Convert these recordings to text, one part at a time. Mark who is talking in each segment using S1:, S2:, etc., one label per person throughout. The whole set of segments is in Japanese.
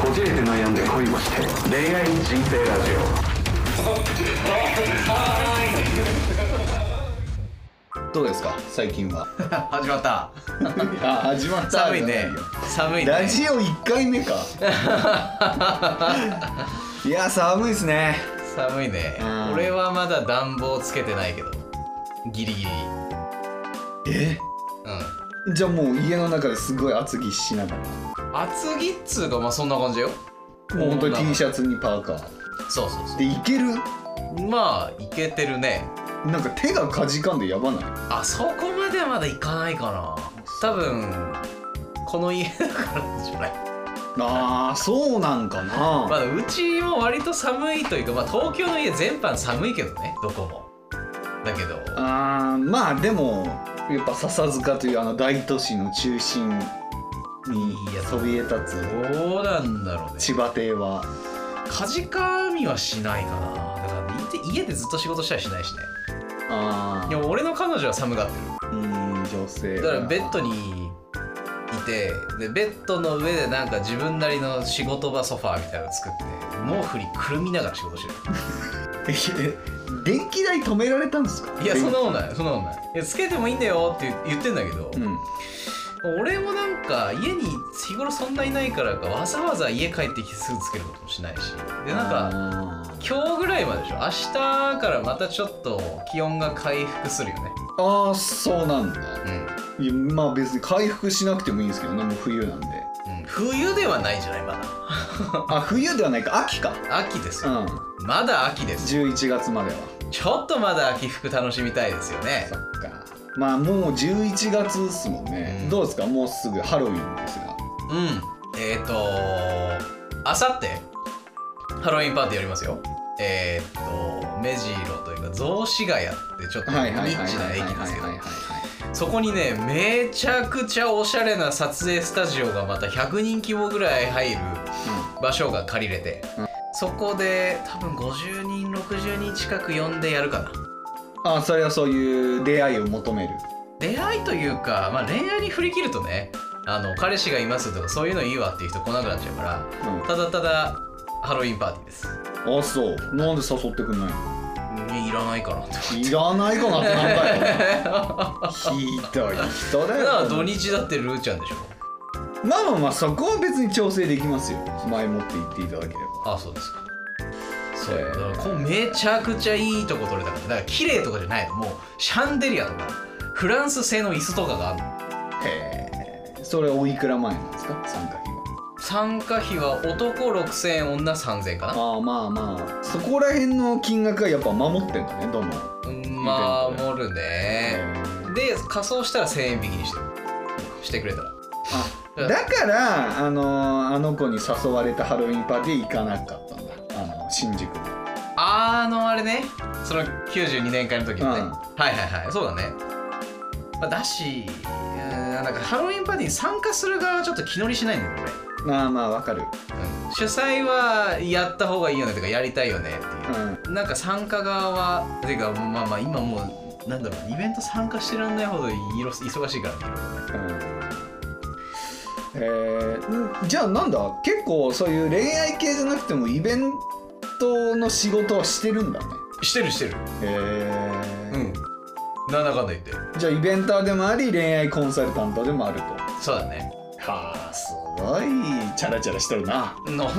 S1: こじれて悩んで恋をして恋愛人生ラジ
S2: どうですか最近は
S3: 始まった
S2: あ始まった
S3: 寒いね寒いね
S2: ラジオ1回目 かいや寒いですね
S3: 寒いね
S2: うん
S3: 俺はまだ暖房つけてないけどギリギリうん
S2: えじゃあもう家の中ですごい厚着しながら
S3: 厚着っつうかまあそんな感じよ
S2: もうほんとに
S3: こんな
S2: T シャツにパーカー
S3: そうそうそ
S2: でいける
S3: うまあいけてるね
S2: なんか手がかじかんでやばない
S3: あそこまではまだいかないかな多分この家だからじゃない
S2: あーそうなんかな、
S3: まあうちも割と寒いというかまあ東京の家全般寒いけどねどこもだけど
S2: あーまあでもやっぱ笹塚というあの大都市の中心に
S3: いや
S2: そびえ立つ
S3: どうなんだろうね
S2: 千葉亭は
S3: かじかみはしないかなだからいて家でずっと仕事したりしないしね
S2: あ
S3: で
S2: あ
S3: も俺の彼女は寒がって
S2: う
S3: る
S2: ん女性
S3: だからベッドにいてでベッドの上でなんか自分なりの仕事場ソファーみたいなの作って毛布にくるみながら仕事してる
S2: え電気代止められたんですか
S3: いやそんな
S2: の
S3: ことないそんなことないいやつけてもいいんだよって言ってんだけど、
S2: うん
S3: 俺もなんか家に日頃そんないないからかわざわざ家帰ってきてすぐつけることもしないしでなんか
S2: あー
S3: 今日ぐらいまででしょ明日からまたちょっと気温が回復するよね
S2: あーそうなんだ
S3: うん
S2: いやまあ別に回復しなくてもいいんですけどねもう冬なんで
S3: うん冬ではないじゃないま
S2: あ冬ではないか秋か
S3: だ秋です
S2: う
S3: よ、
S2: ん
S3: まだ秋ですよ
S2: 11月までは
S3: ちょっとまだ秋服楽しみたいですよね
S2: そっかまあもう11月っすもんね、
S3: うん
S2: どうですかもうすぐハロウィンですが
S3: うんえっ、ー、とあさってハロウィンパーティーやりますよえっ、ー、と目白というか雑司ヶ谷ってちょっとニ
S2: はいはいはい
S3: ッ
S2: はい
S3: チ
S2: は
S3: ない
S2: はい
S3: 駅ですけど
S2: はい
S3: そこにねめちゃくちゃおしゃれな撮影スタジオがまた100人規模ぐらい入る場所が借りれて、
S2: うん
S3: そこで多分50人60人近く呼んでやるかな
S2: あそれはそういう出会いを求める
S3: 出会いというか、まあ、恋愛に振り切るとねあの彼氏がいますとかそういうのいいわっていう人来なくなっちゃうからただただハロウィンパーティーです
S2: うんあそうなんで誘ってくんないの
S3: うんいらないかなって
S2: いらないかなってなんだよひどい人だ
S3: だから
S2: よ
S3: 土日だってルーちゃんでしょ
S2: まあまあまあそこは別に調整できますよ前もって言っていただければ
S3: あそうですかそう
S2: え
S3: だ
S2: ー
S3: からこうめちゃくちゃいいとこ取れたからだから綺麗とかじゃないのもうシャンデリアとかフランス製の椅子とかがあるの
S2: へえそれおいくら前なんですか参加費は
S3: 参加費は男6000円女3000円かな
S2: まあまあまあそこら辺の金額はやっぱ守ってんだねどの
S3: うんまあ守るね
S2: えー
S3: で仮装したら1000円引きにしてるしてくれたら
S2: あだからあのーあの子に誘われたハロウィンパーティー行かなかったんだあの新宿の
S3: あのあれねその92年会の時のね、
S2: うん
S3: はいはいはいそうだね、まあ、だしうんなんかハロウィンパーティーに参加する側はちょっと気乗りしないんだよね
S2: まあまあわかる
S3: うん主催はやった方がいいよねとかやりたいよねって
S2: うん
S3: いうなんか参加側はてかまあまあ今もうなんだろうイベント参加してらんないほどいろ忙しいからねいろいろね
S2: えーんじゃあなんだ結構そういう恋愛系じゃなくてもイベントの仕事はしてるんだね
S3: してるしてる
S2: え
S3: う
S2: ー
S3: んなんだかんだ言って
S2: じゃあイベンターでもあり恋愛コンサルタントでもあると
S3: そうだね
S2: はあすごいチャラチャラしてるな
S3: なんだよ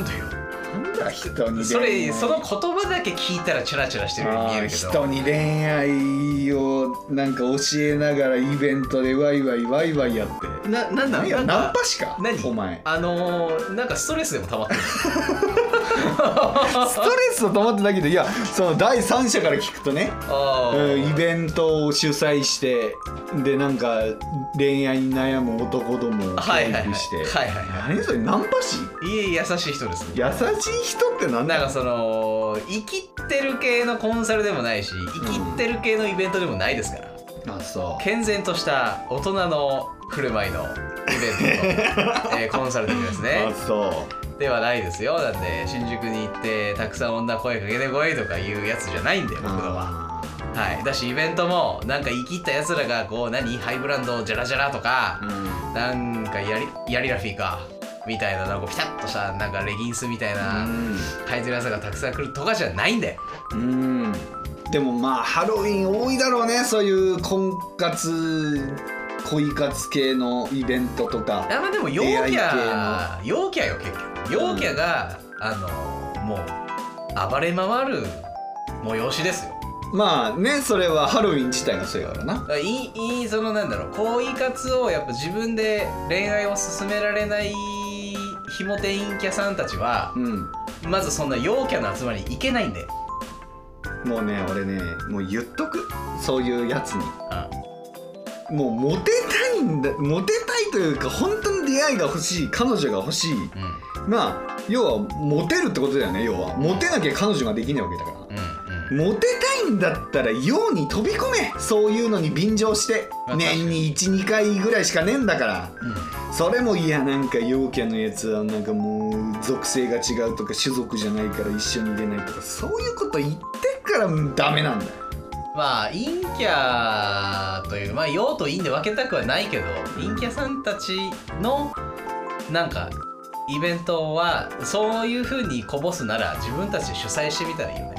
S2: なんだ人に
S3: そ
S2: 恋
S3: れ
S2: 愛
S3: その言葉だけ聞いたらチャラチャラしてるように見え
S2: あー
S3: るけど
S2: 人に恋愛をなんか教えながらイベントでワイワイワイワイやって
S3: ななんだ
S2: 何や
S3: なん
S2: ナン
S3: か
S2: パしか
S3: 何
S2: お前
S3: あのー、なんかストレスでも溜まってる
S2: ストレスをと思ってたけどいやその第三者から聞くとね
S3: あ
S2: え
S3: ー
S2: ーイベントを主催してでなんか恋愛に悩む男どもを教
S3: はいはいはい
S2: 育して、
S3: はいはいは
S2: 何それナンパ師
S3: いいえ優しい人ですね
S2: 優しい人ってなん
S3: な
S2: だ
S3: んかその生きってる系のコンサルでもないし生きってる系のイベントでもないですから、
S2: あそう
S3: 健全とした大人の振る舞いのイベン トの、えーコンサルティングですね
S2: あそ
S3: ではないですよなんで新宿に行ってたくさん女声かけてこいとかいうやつじゃないんだよ
S2: う
S3: 僕のは。
S2: あ
S3: はい、だしイベントもなんか生きったやつらがこう何ハイブランドジャラジャラとか
S2: ーうん
S3: なんかやりやりラフィーかみたいななんかピタッとしたなんかレギンスみたいな
S2: うん
S3: 履いてるやつがたくさん来るとかじゃないんだよ
S2: うんでもまあハロウィン多いだろうねそういう婚活恋活系のイベントと
S3: あ
S2: か
S3: まあでも陽キ
S2: AI
S3: ャ陽キャよ結局陽キャが、あのもう暴れ回る催しですよ
S2: まあねそれはハロウィン自体がそうやからな
S3: だからいいいいそのなんだろう恋活をやっぱ自分で恋愛を進められないひもて陰キャさんたちは
S2: うん
S3: まずそんな陽キャの集まりに行けないんだよ、
S2: もうね俺ねもう言っとくそういうやつに
S3: うん
S2: もうモテたいんだモテたいというか本当に出会いが欲しい彼女が欲しい
S3: うん
S2: まあ要はモテるってことだよね要はモテなきゃ彼女ができないわけだから
S3: うんうん
S2: モテたいんだったらように飛び込めそういうのに便乗して
S3: まあ
S2: 年に12回ぐらいしかねえんだから
S3: う
S2: それもいやなんか陽キャのやつはなんかもう属性が違うとか種族じゃないから一緒に出ないとかそういうこと言ってっからダメなんだよ
S3: んまあ陰キャというまあ陽と陰で分けたくはないけど陰キャさんたちのなんかイベントはそういう風にこぼすなら自分たちで主催してみたらいいよね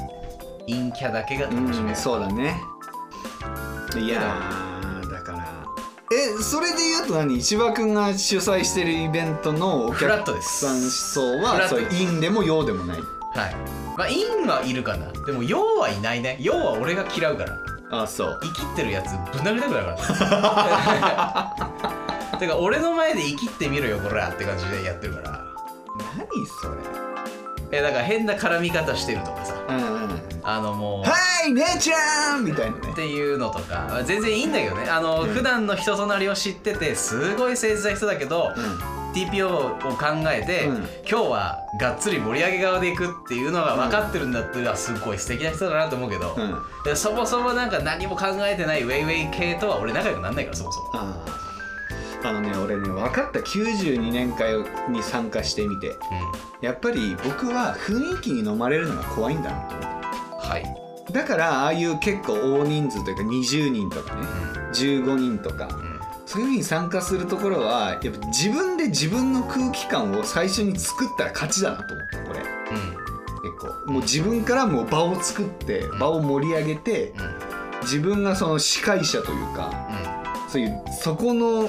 S3: 陰キャだけが楽しめる、
S2: うんそうだねいやーだからえそれで言うと何千葉君が主催してるイベントのお客
S3: フラットです
S2: さん層
S3: フラ
S2: は
S3: ット
S2: そう
S3: です
S2: 陰でも陽でもない
S3: はい。まあ、陰はいるかな。でも、陽はいないね。陽は俺が嫌うから。
S2: あそう
S3: 生きってるやつぶん殴りたくなる から。てか、俺の前で生きってみろよ、こらって感じでやってるから。
S2: 何それ
S3: え、だから変な絡み方してるとかさ。
S2: うんうん
S3: あの、もう。
S2: はい姉ちゃんみたいなね
S3: っていうのとかまあ全然いいんだけどねあの、
S2: うん
S3: 普段の人となりを知っててすごい誠実な人だけど、TPO を考えて、
S2: うん
S3: 今日はがっつり盛り上げ側でいくっていうのが分かってるんだっていうのはすごい素敵な人だなと思うけど、
S2: うんうん
S3: でそもそもなんか何も考えてないウェイウェイ系とは俺仲良くなんないからそもそも
S2: あーあのね俺ね分かった92年会に参加してみて
S3: うん
S2: やっぱり僕は雰囲気に飲まれるのが怖いんだなと思っ
S3: はい、
S2: てだからああいう結構大人数というか20人とかね15人とか
S3: うんうん
S2: そういうふうに参加するところはやっぱ自分で自分の空気感を最初に作ったら勝ちだなと思ったこれ結構もう自分からもう場を作って場を盛り上げて
S3: うんうん
S2: 自分がその司会者というかそういうそこの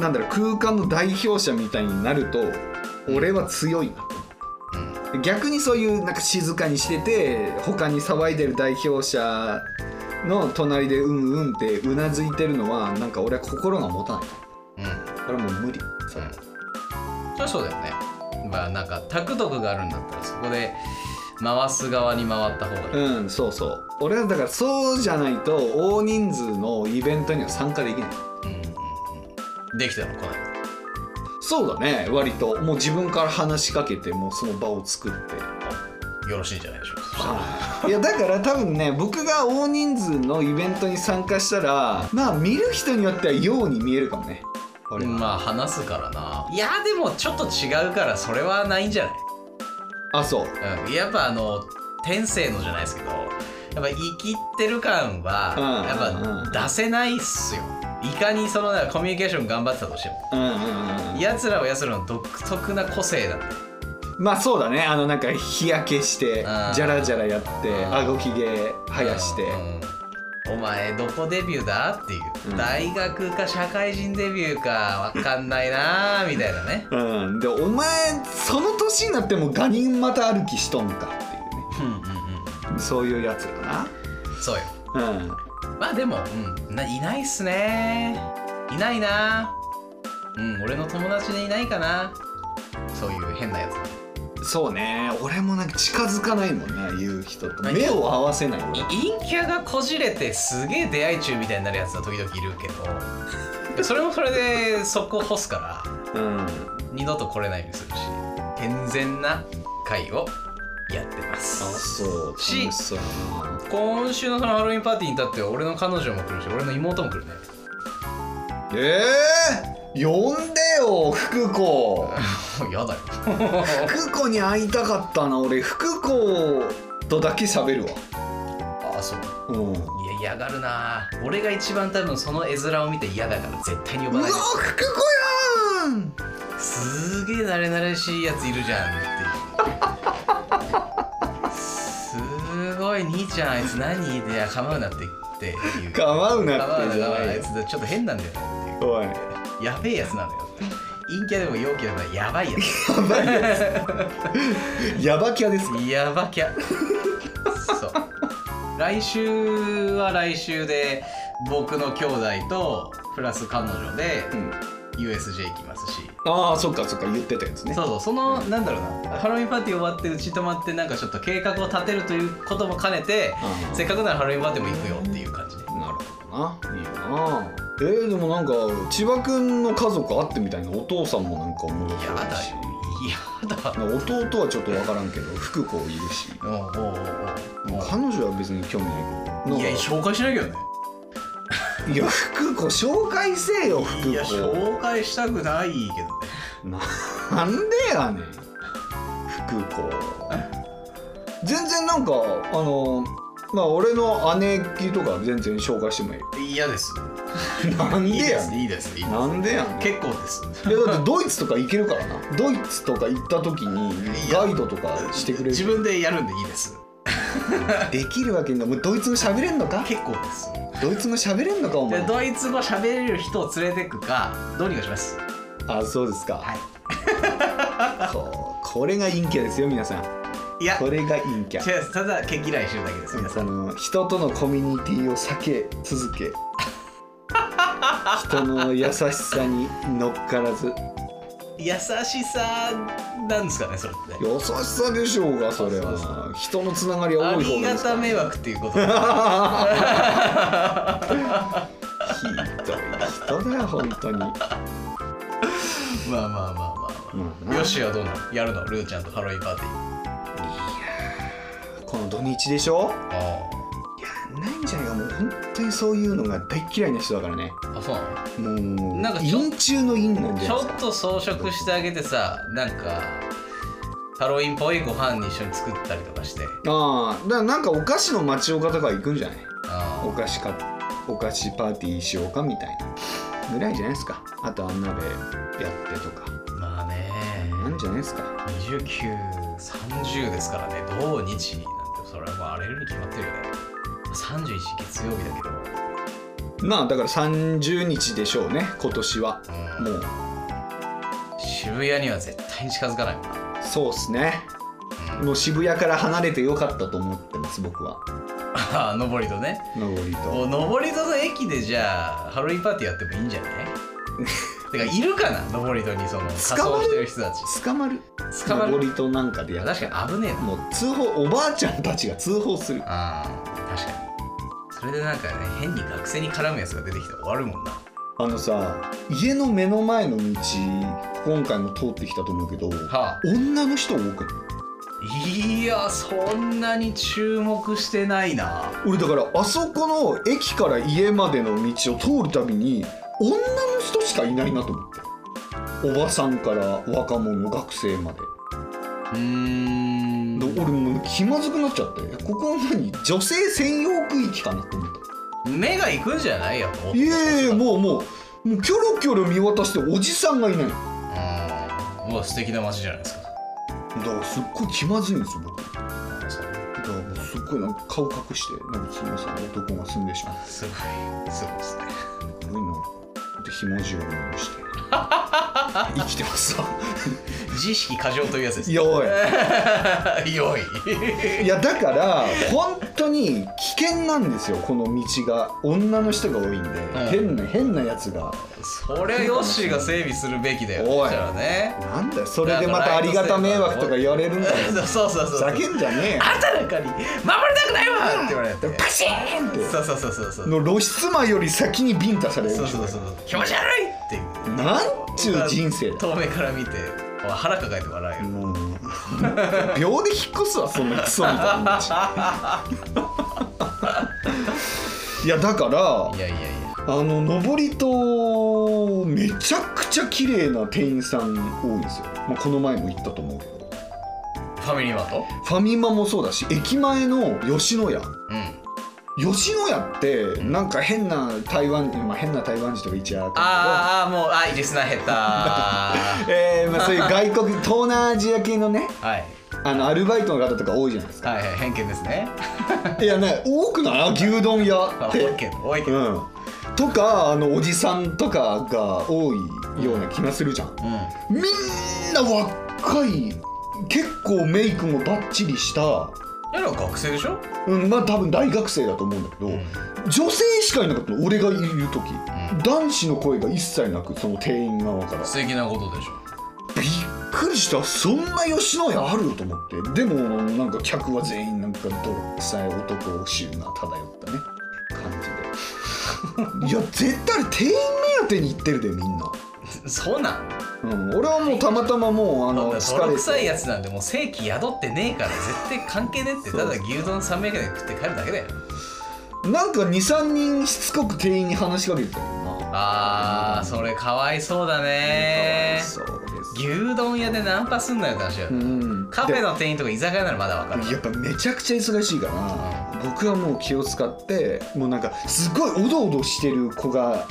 S2: なんだろう空間の代表者みたいになると俺は強いなと
S3: うんうん
S2: 逆にそういうなんか静かにしてて他に騒いでる代表者の隣でうんうんってうなずいてるのはなんか俺は心が持たない
S3: うん
S2: これはもう無理それは
S3: そりゃそうだよねまあなんか卓読があるんだったらそこで回す側に回った方がいい、
S2: うんそうそう俺はだからそうじゃないと大人数のイベントには参加できない
S3: うんうんうん、できたのこの間
S2: そうだね割ともう自分から話しかけてもうその場を作って
S3: よろしいんじゃないでしょうかそしたら
S2: いやだから多分ね僕が大人数のイベントに参加したらまあ見る人によってはように見えるかもね俺は
S3: まあ話すからないやでもちょっと違うからそれはないんじゃない
S2: あそう
S3: うん、やっぱあの天性のじゃないですけどやっぱ生きってる感
S2: うんうんうん
S3: はやっぱ出せないっすよいかにそのなんかコミュニケーション頑張ってたとしても
S2: うんうんうんうん
S3: やつらはやつらの独特な個性だって
S2: まあそうだねあのなんか日焼けして
S3: うん
S2: ジャラジャラやって
S3: うん
S2: あごひげ生やして
S3: うんお前どこデビューだっていう、
S2: うん
S3: 大学か社会人デビューかわかんないなーみたいなね
S2: うんでお前その年になってもガニ股歩きしとんかっていうね
S3: うんうんうん
S2: そういうやつか
S3: そうよ
S2: な。うん。
S3: まあでも、うん、ないないっすねいないなうん俺の友達でいないかなそういう変なやつ
S2: そうね。俺もなんか近づかないもんね、言う人と。
S3: はい
S2: 目を合わせない。
S3: い陰キャがこじれてすげえ出会い中みたいになるやつは時々いるけど それもそれで速攻干すから
S2: うん。
S3: 二度と来れないようにするし健全な会をやってま
S2: あ、
S3: す
S2: そう。楽し
S3: し
S2: そうやな。
S3: 今週のそのハロウィンパーティーに至っては俺の彼女も来るし俺の妹も来るね
S2: ええ呼んでよ、福子。
S3: もうや だよ
S2: 福子に会いたかったな。俺、福子とだけ喋るわ。
S3: あそう
S2: うん。う
S3: いや嫌がるな俺が一番多分その絵面を見て嫌だから絶対に呼ば
S2: わ、
S3: ない
S2: 福子やん
S3: すげえ慣れ慣れしいやついるじゃんっていうすごい兄ちゃんあいつ何で構うなって言っていう
S2: 構うな
S3: 構う
S2: っ
S3: な
S2: て
S3: 構
S2: じゃ
S3: うな
S2: な
S3: あ
S2: い
S3: い
S2: よ
S3: つちょっと変なんだよねっていう
S2: おい
S3: やべえやつなんだよって陰キャでも陽キャでもやばいやつ
S2: ヤバキャですか
S3: やばキャそう来週は来週で僕の兄弟とプラス彼女で
S2: うん
S3: USJ 行きますし、
S2: ああそっかそっか言ってたやつね
S3: そうそうその、なんだろうなハロウィンパーティー終わってうち泊まってなんかちょっと計画を立てるということも兼ねて、
S2: うん
S3: せっかくならハロウィンパーティーも行くよっていう感じで
S2: なるほどないいなえー、でもなんか千葉くんの家族会ってみたいなお父さんもなんか思う
S3: やだよやだ
S2: 弟はちょっと分からんけど福子いるし
S3: おうおうおうおう
S2: 彼女は別に興味ないけどなん
S3: い
S2: か
S3: や紹介しなきゃね
S2: いや福子紹介せえよ福
S3: いや
S2: 子
S3: 紹介したくないけどね
S2: なんでやねん福子全然なんかあのまあ俺の姉貴とか全然紹介してもいいよ
S3: 嫌です。
S2: なんで
S3: いいで
S2: や
S3: す。
S2: ね
S3: いいです。いい
S2: ん
S3: で
S2: なんでやねん
S3: す。結構です。
S2: いやだってドイツとか行けるからなドイツとか行った時にガイドとかしてくれる
S3: 自分でやるんでいいです。
S2: できるわけないもうドイツ語喋れんのか
S3: 結構です。
S2: ドイツ語喋れんのかお
S3: で
S2: 前
S3: ドイツ語喋れる人を連れてくかどうにかします。
S2: あそうですか
S3: はい。
S2: こうこれが陰キャですよ皆さん
S3: いや
S2: これが陰キャ
S3: 違うただ毛嫌いしてるだけです皆さ
S2: そ
S3: ん。
S2: の人とのコミュニティを避け続け人の優しさに乗っからず
S3: 優しさなんですかねそれって。
S2: 優しさでしょうがそれ
S3: そうそ
S2: は人のつながりは
S3: あ
S2: 多い
S3: り
S2: 方がいいで
S3: が
S2: すか
S3: た
S2: ら
S3: 迷惑っていう こと。は
S2: ひどい人だよ本当に
S3: まあまあまあまあ
S2: まあ
S3: まあ。
S2: な
S3: よしはどうなのやるのルーちゃんとハロウィンパーティー。
S2: この土日でしょ
S3: あ
S2: やんないんじゃないかもう本当にそういうのが大嫌いな人だからね
S3: あ。あそうなの。
S2: もう
S3: なんかちょ
S2: 陰中の陰なんじ
S3: ち
S2: ゃな
S3: ょ
S2: いです
S3: っ
S2: か
S3: と装飾してあげてさなんかハロウィンっぽいご飯に一緒に作ったりとかして
S2: ああだからなんかお菓子の町岡とか行くんじゃないお
S3: あ
S2: 菓子かお菓子パーティーしようかみたいなぐらいじゃないですかあとあん鍋やってとか
S3: ーまあね
S2: なんじゃないですか
S3: 2930ですからね土日なんてそれはもう荒れるに決まってるよね31月曜日だけど
S2: まあだから30日でしょうね今年は
S3: うん
S2: もう
S3: 渋谷には絶対に近づかないもんな
S2: そうっすねもう渋谷から離れてよかったと思ってます僕は
S3: ああ上りとね
S2: 上りと
S3: お上りとの駅でじゃあハロウィンパーティーやってもいいんじゃない てかいるかな上りとにその仮装してる人たち
S2: 捕まる
S3: 捕ま
S2: 上
S3: る
S2: りとなんかでやったら
S3: 確かに危ねえな
S2: もう通報おばあちゃんたちが通報する
S3: ああ確かにそれでなんかね変に学生に絡むやつが出てきて終わるもんな
S2: あのさ家の目の前の道今回も通ってきたと思うけど
S3: は
S2: 女の人多くない
S3: いやそんなに注目してないな
S2: 俺だからあそこの駅から家までの道を通るたびに女の人しかいないなと思っておばさんから若者学生まで
S3: うーん
S2: で俺もう気まずくなっちゃってえここは何女性専用区域かなと思っ
S3: 目がいくんじゃないやっぱ
S2: たいやいやもうもうもうキョロキョロ見渡しておじさんがいないだか
S3: うんうわ素敵な街じゃないですから
S2: すっごい気まずいんですよ僕
S3: あそう
S2: だからもうすっごいなんか顔隠して「なんかすみません男が住んでしまって
S3: すごいすごいですね」
S2: すごいなでひもじを回して生きてますわ
S3: 自意識過剰というやつです
S2: いやおい
S3: よい
S2: いやだから本当に危険なんですよこの道が女の人が多いんで、変な変なやつが
S3: そりゃヨッシーが整備するべきだよ
S2: おい
S3: そしたらね
S2: なんだよそれでまたありがた迷惑とか言われるんだよ
S3: そうそうそうそう
S2: ざけんじゃねえよ
S3: あんたなんかに守りたくないわって言われて
S2: パシーンっ
S3: そうそうそうそうそ
S2: て
S3: う
S2: の露出魔より先にビンタされる
S3: そ
S2: で
S3: う
S2: し
S3: そ
S2: ょ
S3: うそうそう気持ち悪いっていう
S2: なんちゅう人生だ
S3: 遠目から見て腹抱えて笑える
S2: もう秒で引っ越すわそんなクソみたいな 道いやだから
S3: いやいやいや
S2: あの上りとめちゃくちゃ綺麗な店員さん多いんですよ、まあ、この前も行ったと思うけど
S3: ファミリーマート
S2: ファミマもそうだし駅前の吉野家
S3: うん
S2: 吉野家ってなんか変な台湾まあ変な台湾人とか一応あるけど
S3: あーあーもうあリスナー減ったは
S2: えーまあ、そういう外 国東南アジア系のね
S3: いはい
S2: あのアルバイトの方とか多いじゃないです
S3: はい偏見です ね
S2: かいやね多くない牛丼屋っ
S3: 多
S2: て
S3: いけど多いけ
S2: う
S3: ど
S2: んとかあのおじさんとかが多いような気がするじゃん
S3: うん
S2: みんな若い結構メイクもバッチリした、
S3: いやでも学生でしょ
S2: うん、まあ多分大学生だと思うんだけど、
S3: ん
S2: 女性しかいなかったの俺がいる時、男子の声が一切なくその店員側から
S3: 素敵なことでしょ
S2: びっくりしたそんな吉野家あると思ってでもなんか客は全員なんか泥臭い男臭が漂ったね感じでい や絶対あれ店員目当てに行ってるでみんな、
S3: そうなん
S2: うん、俺はもうたまたまもうあの疲
S3: 泥
S2: れ
S3: 臭い
S2: て
S3: やつなんでもう正規宿ってねえから絶対関係ねえって
S2: そう
S3: ただ牛丼300円で食って帰るだけだよ
S2: なんか23人しつこく店員に話しかけてたよな
S3: あーそれかわいそうだね
S2: そうです
S3: 牛丼屋でナンパすんなよって話だよ、
S2: うん
S3: カフェの店員とか居酒屋ならまだわかる
S2: やっぱめちゃくちゃ忙しいから僕はもう気を使ってもうなんかすごいおどおどしてる子が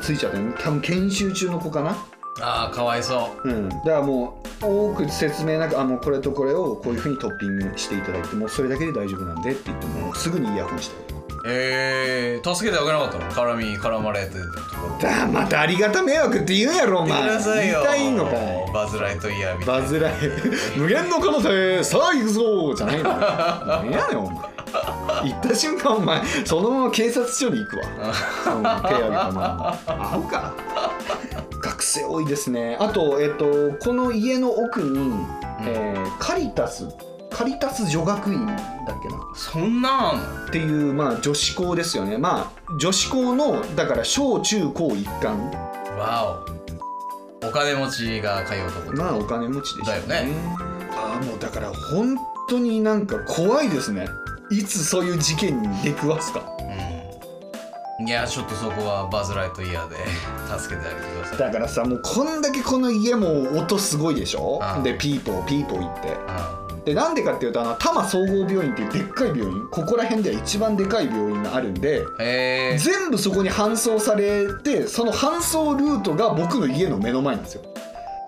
S2: ついちゃったよね多分研修中の子かな
S3: あーかわいそう
S2: うんだからもう多く説明なくあもうこれとこれをこういうふうにトッピングしていただいてもうそれだけで大丈夫なんでって言ってもうすぐにイヤホンしたよ
S3: えー、助けてあげなかったの絡み絡まれてるところ
S2: だからまたありがた迷惑って言うやろお
S3: 言っ
S2: 前
S3: てください
S2: 言
S3: よ
S2: いたいのかい
S3: バズ・ライトイヤーみたい
S2: バ
S3: な
S2: ズらへん無限の彼方へさあ行くぞじゃないのよ何やねんお前行った瞬間お前そのまま警察署に行くわうん手挙げたままアホか学生多いですねあとえっとこの家の奥に、えーカリタスカリタス女学院だっけな
S3: そんなんあ
S2: っていうまあ女子校ですよねまあ女子校のだから小中高一貫
S3: んのわおお金持ちが通うとこ
S2: まあお金持ちでした
S3: だよね
S2: ああもうだから本当になんか怖いですねいつそういう事件に出くわすか
S3: うんいやちょっとそこはバズ・ライトイヤーで 助けてあげてください
S2: だからさもうこんだけこの家も音すごいでしょ
S3: ああ
S2: でピーポーピーポー言って
S3: あ
S2: でなんでかっていうとあの多摩総合病院っていうでっかい病院ここら辺では一番でかい病院があるんで
S3: へえ
S2: 全部そこに搬送されてその搬送ルートが僕の家の目の前なんですよだか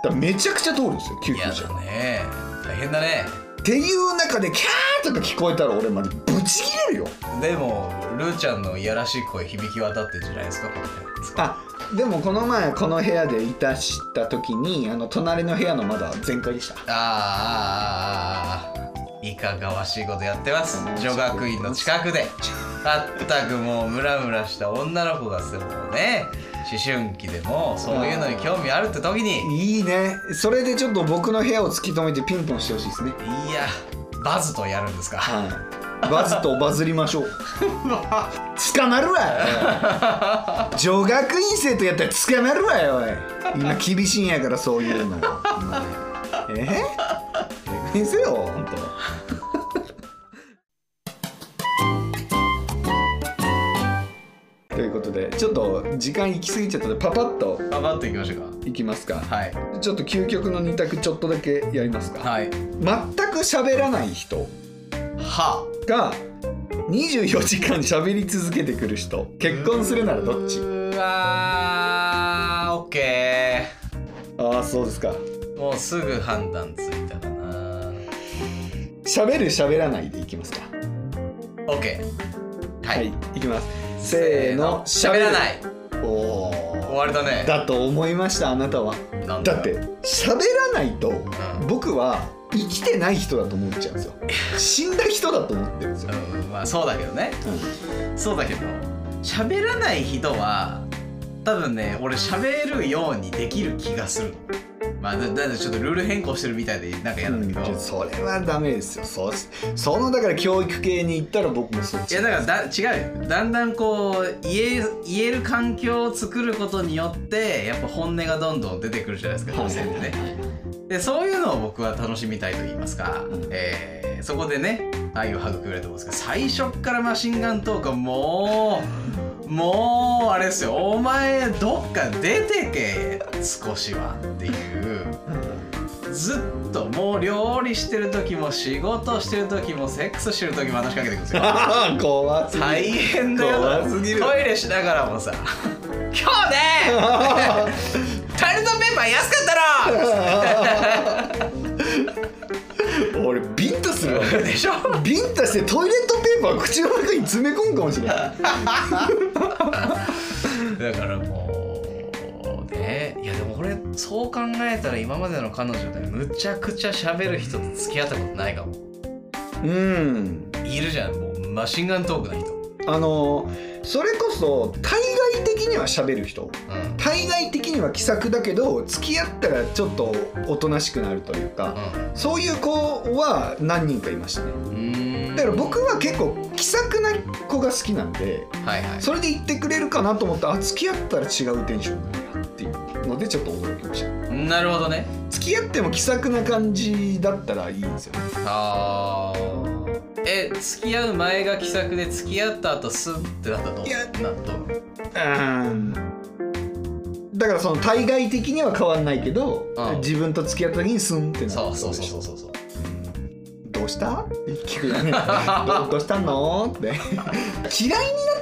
S2: らめちゃくちゃ通るんですよ救
S3: い
S2: 急
S3: や
S2: 車
S3: だね大変だね
S2: っていう中でキャーとか聞こえたら俺までブチ切れるよ
S3: でもルーちゃんのいやらしい声響き渡ってんじゃないですかこの辺
S2: あでもこの前この部屋でいたした時にあの隣の部屋の窓は全開でした
S3: あーあーあーあーいかがわしいことやってます女学院の近くでまったくもうムラムラした女の子がするもうね思春期でもそういうのに興味あるって時に
S2: いいねそれでちょっと僕の部屋を突き止めてピンポンしてほしいですね
S3: いやバズとやるんですか
S2: はいバズとバズりましょう 捕まるわおい女学院生とやったら捕まるわよおい今厳しいんやからそういうのええええせよ本当。ということでちょっと時間行き過ぎちゃったのでパパッと
S3: 頑張っていきましょう
S2: いきますか
S3: かはい
S2: ちょっと究極の2択ちょっとだけやりますか
S3: はい
S2: 全く喋らない人
S3: は
S2: が24時間喋り続けてくる人結婚するならどっち
S3: うわーオッケ
S2: ああそうですか
S3: ーもうすぐ判断ついたかな
S2: 喋る喋らないでいきますか
S3: オッケーはい、
S2: いいきますせーの
S3: 喋らないい
S2: お
S3: 終
S2: お
S3: わりだね
S2: だと思いましたあなたは
S3: なんだ
S2: だ
S3: よ
S2: って喋らないと僕は生きてない人だと思っちゃうんですよ死んだ人だと思ってるんですよ、
S3: うんまあそうだけどねそうだけど喋らない人は多分ね俺喋るようにできる気がするのまあだだってちょっとルール変更してるみたいでなんか嫌なんだけど、
S2: うんそれはダメですよそうそのだから教育系に行ったら僕もそっ
S3: い
S2: ち
S3: やだからだ違うよだんだんこう言え言える環境を作ることによってやっぱ本音がどんどん出てくるじゃないですか女性ってね。でそういうのを僕は楽しみたいと言いますか、えーそこでね愛を育めると思うんですけど最初っからマシンガントークはもうもうあれですよお前どっか出てけ少しはっていうずっともう料理してる時も仕事してる時もセックスしてる時も話しかけてくるんですよ
S2: 怖すぎる
S3: 大変だよ
S2: 怖すぎる
S3: トイレしながらもさ「今日ねタイルのメンバー安か った
S2: 俺ビンタするわ
S3: ろ! 」でしょ
S2: ビンタしてトイレットペーパー口の中に詰め込むかもしれない
S3: だからもうねいやでも俺そう考えたら今までの彼女でむちゃくちゃ喋る人と付き合ったことないかも
S2: うん
S3: いるじゃんもうマシンガントークな人
S2: あのそれこそ対外的には喋る人
S3: うん
S2: 対外的には気さくだけど付き合ったらちょっとおとなしくなるというかそういう子は何人かいましたね
S3: うん
S2: だから僕は結構気さくな子が好きなんで
S3: はいはい
S2: それで言ってくれるかなと思ったらあ付き合ったら違うテンションなんやっていうのでちょっと驚きました
S3: なるほどね
S2: 付き合っても気さくな感じだったらいいんですよね
S3: あーえ付き合う前が気さくで付き合った後スンってなったと
S2: いや
S3: などう
S2: うんだからその対外的には変わんないけど、
S3: うん
S2: 自分と付き合った時にスンってなる
S3: そうそうそうそうそうそう
S2: どうしたって聞くよねどうどうしたのって 嫌いにな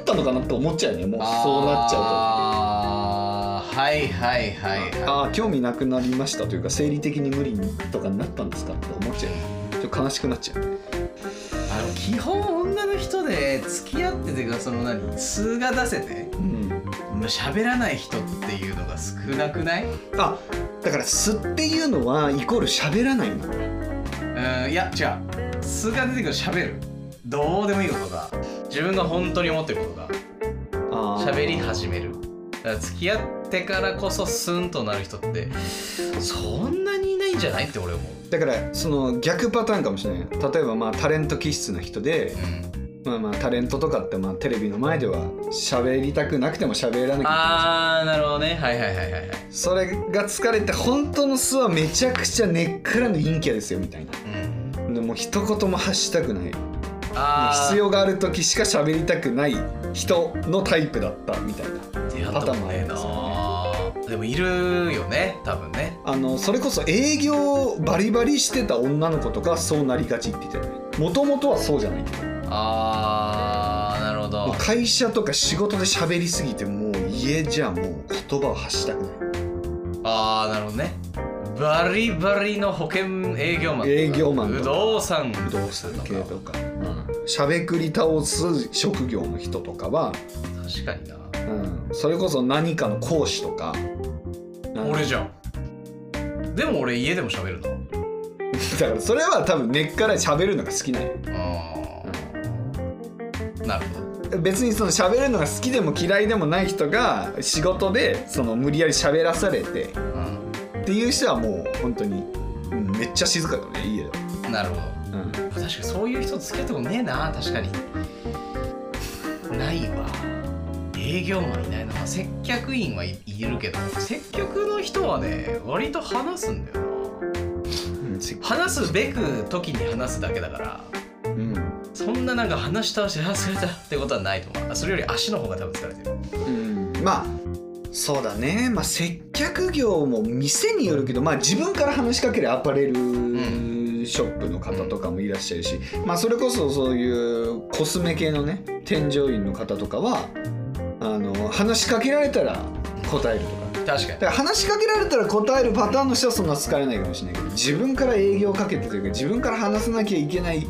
S2: ったのかなって思っちゃうよねもうそうなっちゃうと
S3: ゃうとはいはいはいは
S2: ああ興味なくなりましたというか生理的に無理にとかになったんですかって思っちゃうよねちょっと悲しくなっちゃうよね
S3: いあの基本女の人で付き合っててかその何数が出せて
S2: うん
S3: む喋らない人っていうのが少なくない
S2: あだから「す」っていうのはイコール喋らないの
S3: うんいや違う数が出てくると喋るどうでもいいことが自分が本当に思ってることが
S2: あー
S3: 喋り始めるだから付き合ってからこそスンとなる人ってそんなにいないんじゃないって俺思う、
S2: だからその逆パターンかもしれない例えばまあタレント気質な人で、まあ、まあタレントとかってまあテレビの前では喋りたくなくても喋らなきゃいけない
S3: あーなるほどねはいはいはいはいはい
S2: それが疲れて本当の素はめちゃくちゃ根っからの陰キャですよみたいな
S3: うん
S2: でもう一言も発したくない
S3: あー
S2: 必要がある時しか喋りたくない人のタイプだったみたいな
S3: 出会ったことねえな
S2: パタ
S3: でもいるよね多分ね
S2: あのそれこそ営業バリバリしてた女の子とかそうなりがちって言ってたよねもともとはそうじゃない
S3: あーなるほ
S2: もう
S3: ど
S2: 会社とか仕事で喋りすぎてもう家じゃもう言葉を発したくな
S3: あーなるほどねバリバリの保険営業マン
S2: 営業マン
S3: 不動産
S2: いどうする系とか、うん、しゃべくり倒す職業の人とかは、
S3: 確かにな
S2: うん、それこそ何かの講師とかうん
S3: 俺じゃんでも俺家でも喋るな
S2: だからそれは多分根っから喋るのが好きなんよ
S3: あーなるほど
S2: 別にその喋るのが好きでも嫌いでもない人が仕事でその無理やり喋らされてっていう人はもう本当に、うん、めっちゃ静かだね家では、
S3: うんなるほど
S2: うん、
S3: 確かにそういう人と付き合ったことねえな確かにないわ営業マンいないな接客員はい、いるけど接客の人はね割と話すんだよ
S2: うんし
S3: な話すべく時に話すだけだから
S2: うん
S3: そんななんか話し倒してあ疲れたってことはないと思うあそれより足の方が多分疲れてる
S2: うんまあそうだね、まあ、接客業も店によるけど、まあ、自分から話しかけるアパレルシ
S3: ん
S2: ョップの方とかもいらっしゃるし、まあ、それこそそういうコスメ系のね添乗員の方とかはあの話しかけられたら答えるとか。
S3: 確か
S2: だ
S3: に
S2: から話しかけられたら答えるパターンの人はそんな疲れないかもしれないけど自分から営業かけてというか自分から話さなきゃいけない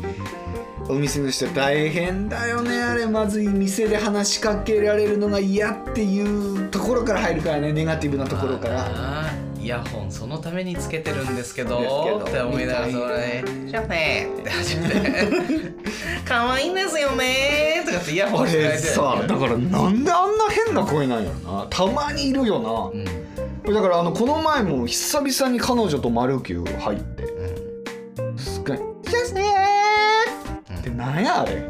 S2: お店の人大変だよねあれまずい店で話しかけられるのが嫌っていうところから入るからねネガティブなところから。
S3: まあなイヤホンそのためにつけてるんですけど
S2: ですけど
S3: って思いながら
S2: み
S3: そ
S2: たい
S3: れね「じゃあね」って始めて「可愛いんですよね」とかってイヤホンして
S2: 俺さだからなんであんな変な声なんやろなたまにいるよな
S3: うん、
S2: だからあのこの前も久々に彼女とマルキュー入ってすっごい「じゃあねー」ってなんやあれ、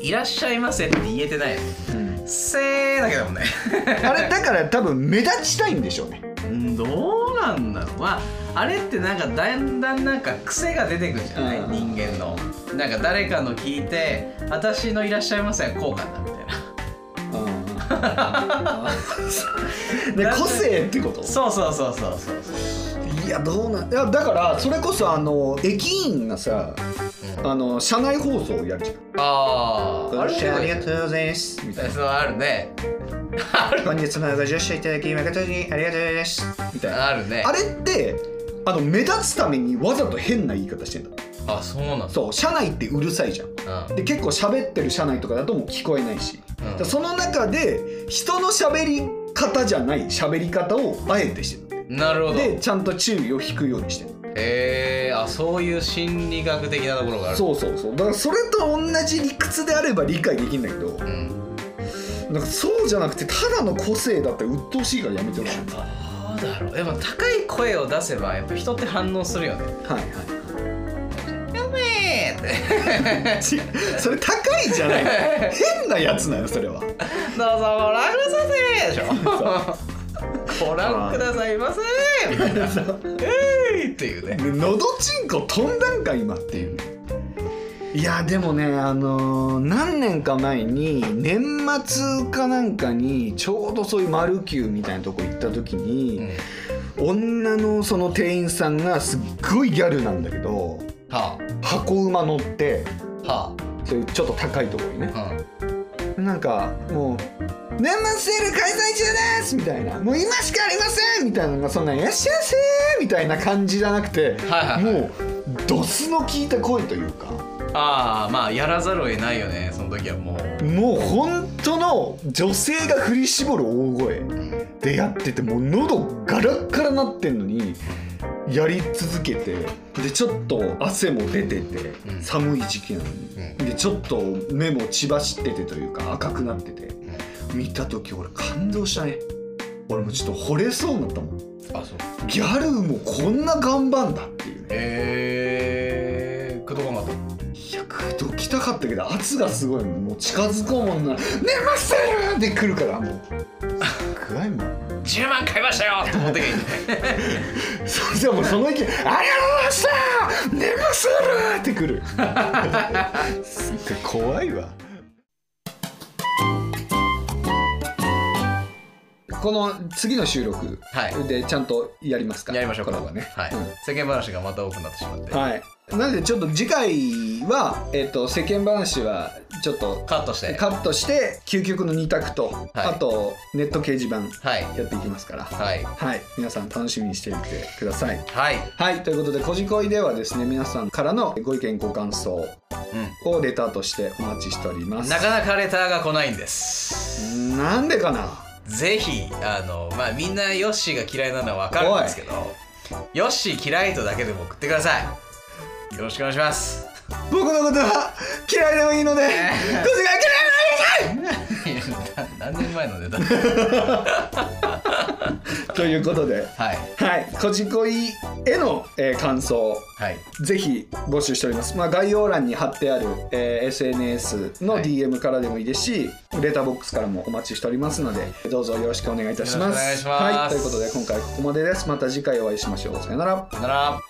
S3: いらっしゃいませって言えてないよねせーだけだもんね
S2: あれだから多分目立ちたいんでしょうね
S3: うんどうなんだろうまああれってなんかだんだんなんか癖が出てくるじゃない
S2: うん
S3: 人間のなんか誰かの聞いて私の「いらっしゃいませ」はこうかなみたいな
S2: で個性ってこと
S3: そうそうそうそうそうそう
S2: いやどうなんいやだからそれこそあの駅員がさ、
S3: うん
S2: あの車内放送やるじ
S3: あ
S2: ゃん
S3: ああれ
S2: とうございますみたいな
S3: そうあるね
S2: 本日のご乗車いただき誠にありがとうございますみたいな
S3: あるね
S2: あれってあの目立つためにわざと変な言い方してんだ
S3: あそうなんだ
S2: そう車内ってうるさいじゃん
S3: うん
S2: で結構喋ってる車内とかだともう聞こえないし、
S3: うん
S2: だからその中で人の喋り方じゃない喋り方をあえてしてる
S3: なるほど
S2: でちゃんと注意を引くようにしてる
S3: えー、あそういう心理学的なところがある
S2: そうそうそうだからそれと同じ理屈であれば理解できるんだけど
S3: うん
S2: なんかそうじゃなくてただの個性だって鬱陶しいからやめてほしい
S3: どうだろうでも高い声を出せばやっぱ人って反応するよね
S2: はいはい
S3: やべえって
S2: 違う それ高いじゃないの変なやつなのそれは
S3: どうぞご覧くださいでしょご覧くださいませみたいな「えい!」っていうね
S2: のどちんこ飛んだんか今っていういやでもねあのー何年か前に年末かなんかにちょうどそういうマルキューみたいなとこ行った時
S3: う
S2: に、
S3: ん
S2: 女のその店員さんがすっごいギャルなんだけど
S3: は
S2: 箱馬乗って
S3: あは
S2: そういうちょっと高いところにね
S3: あ、うん、
S2: なんかもう「年末セール開催中です!」みたいな「もう今しかありません!」みたいなのがそんな「いらっしゃいませ!」みたいな感じじゃなくて、
S3: はいはいはい
S2: もうドスの効いた声というか
S3: ああまあやらざるを得ないよねその時はもう
S2: もう本当の女性が振り絞る大声でやっててもう喉ガラッガラなってんのにやり続けてでちょっと汗も出てて、
S3: うん
S2: 寒い時期なのに、
S3: う
S2: でちょっと目も血走っててというか赤くなってて。見た時俺感動したね俺もちょっと惚れそうになったもん
S3: あそう
S2: ギャルもこんな頑張んだっていうね
S3: ええー、くどかなかっ
S2: いやくどきたかったけど圧がすごいもんもう近づこうもんなら「眠せる!」って来るからもうすごいもん
S3: た10万買いましたよって思ってけ
S2: そしたらもうその意見「ありがとうございました眠せる!」って来るすっごい 怖いわこの次の収録
S3: はい
S2: でちゃんとやりますから、
S3: やりましょう
S2: こ
S3: か
S2: れはね、
S3: はい、
S2: うん
S3: 世間話がまた多くなってしまって
S2: はい。なのでちょっと次回は、えっと世間話はちょっと
S3: カットして
S2: カットして究極の二択と、あとネット掲示板
S3: はい
S2: やっていきますから、はい、
S3: はい
S2: 皆さん楽しみにしてみてください。
S3: はい
S2: はい、ということで「こじこい」ではですね皆さんからのご意見ご感想をレターとしてお待ちしております。
S3: なかなかレターが来ないんです
S2: なんでかな
S3: ぜひあのまあみんなヨッシーが嫌いなのは分かるんですけどヨッシー嫌いとだけでも送ってくださいよろしくお願いします
S2: 僕のことは嫌いでもいいので「こじこい嫌いでもいいので!」
S3: いやな何年前のネタ
S2: ということで。
S3: はい
S2: はい、こじこいへの、えー感想
S3: はい
S2: ぜひ募集しております、まあ、概要欄に貼ってある、えー SNS の
S3: はい
S2: DM からでもいいですし、レターボックスからもお待ちしておりますのでどうぞよろしくお願いいたします
S3: よろしくお願いします
S2: はい、ということで今回はここまでですまた次回お会いしましょうさよなら
S3: さよなら